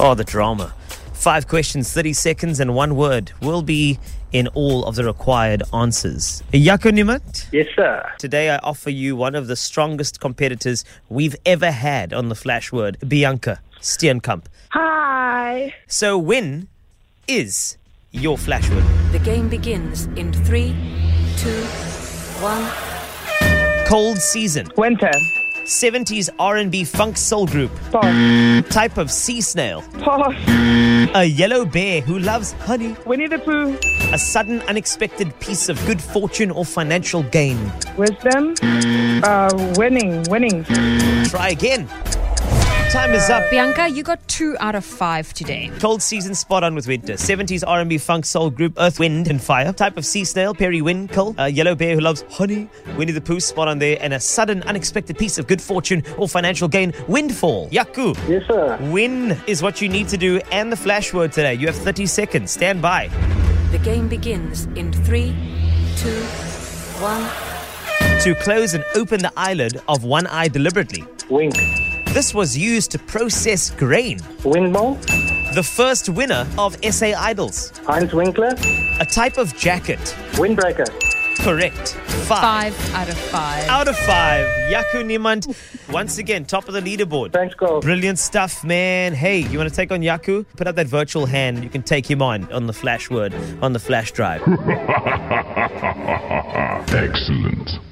Oh, the drama. Five questions, 30 seconds, and one word will be in all of the required answers. Jaco Niemand, Yes, sir. today I offer you one of the strongest competitors we've ever had on the Flash Word, Bianca Steenkamp. Hi. So, when is your Flash Word? The game begins in three, two, one. Cold season, Winter. 70s R&B funk soul group, Pass. type of sea snail, Pass. a yellow bear who loves honey, Winnie the Pooh. a sudden unexpected piece of good fortune or financial gain. Wisdom. Uh, winning. Winning. Try again. Time is up. Bianca, you got two out of five today. Cold season spot on with winter. 70s R&B funk soul group Earth, Wind and Fire. Type of sea snail, periwinkle. A yellow bear who loves honey. Winnie the Pooh spot on there. And a sudden unexpected piece of good fortune or financial gain. Windfall. Yaku. Yes, sir. Win is what you need to do and the flash word today. You have 30 seconds. Stand by. The game begins in three, two, one. To close and open the eyelid of one eye deliberately. Wink. This was used to process grain. Windmill. The first winner of SA Idols. Heinz Winkler. A type of jacket. Windbreaker. Correct. Five out of five. out of five. Yaku Niemand, once again, top of the leaderboard. Thanks, Cole. Brilliant stuff, man. Hey, you want to take on Yaku? Put up that virtual hand. You can take him on on the flash word, on the flash drive. Excellent.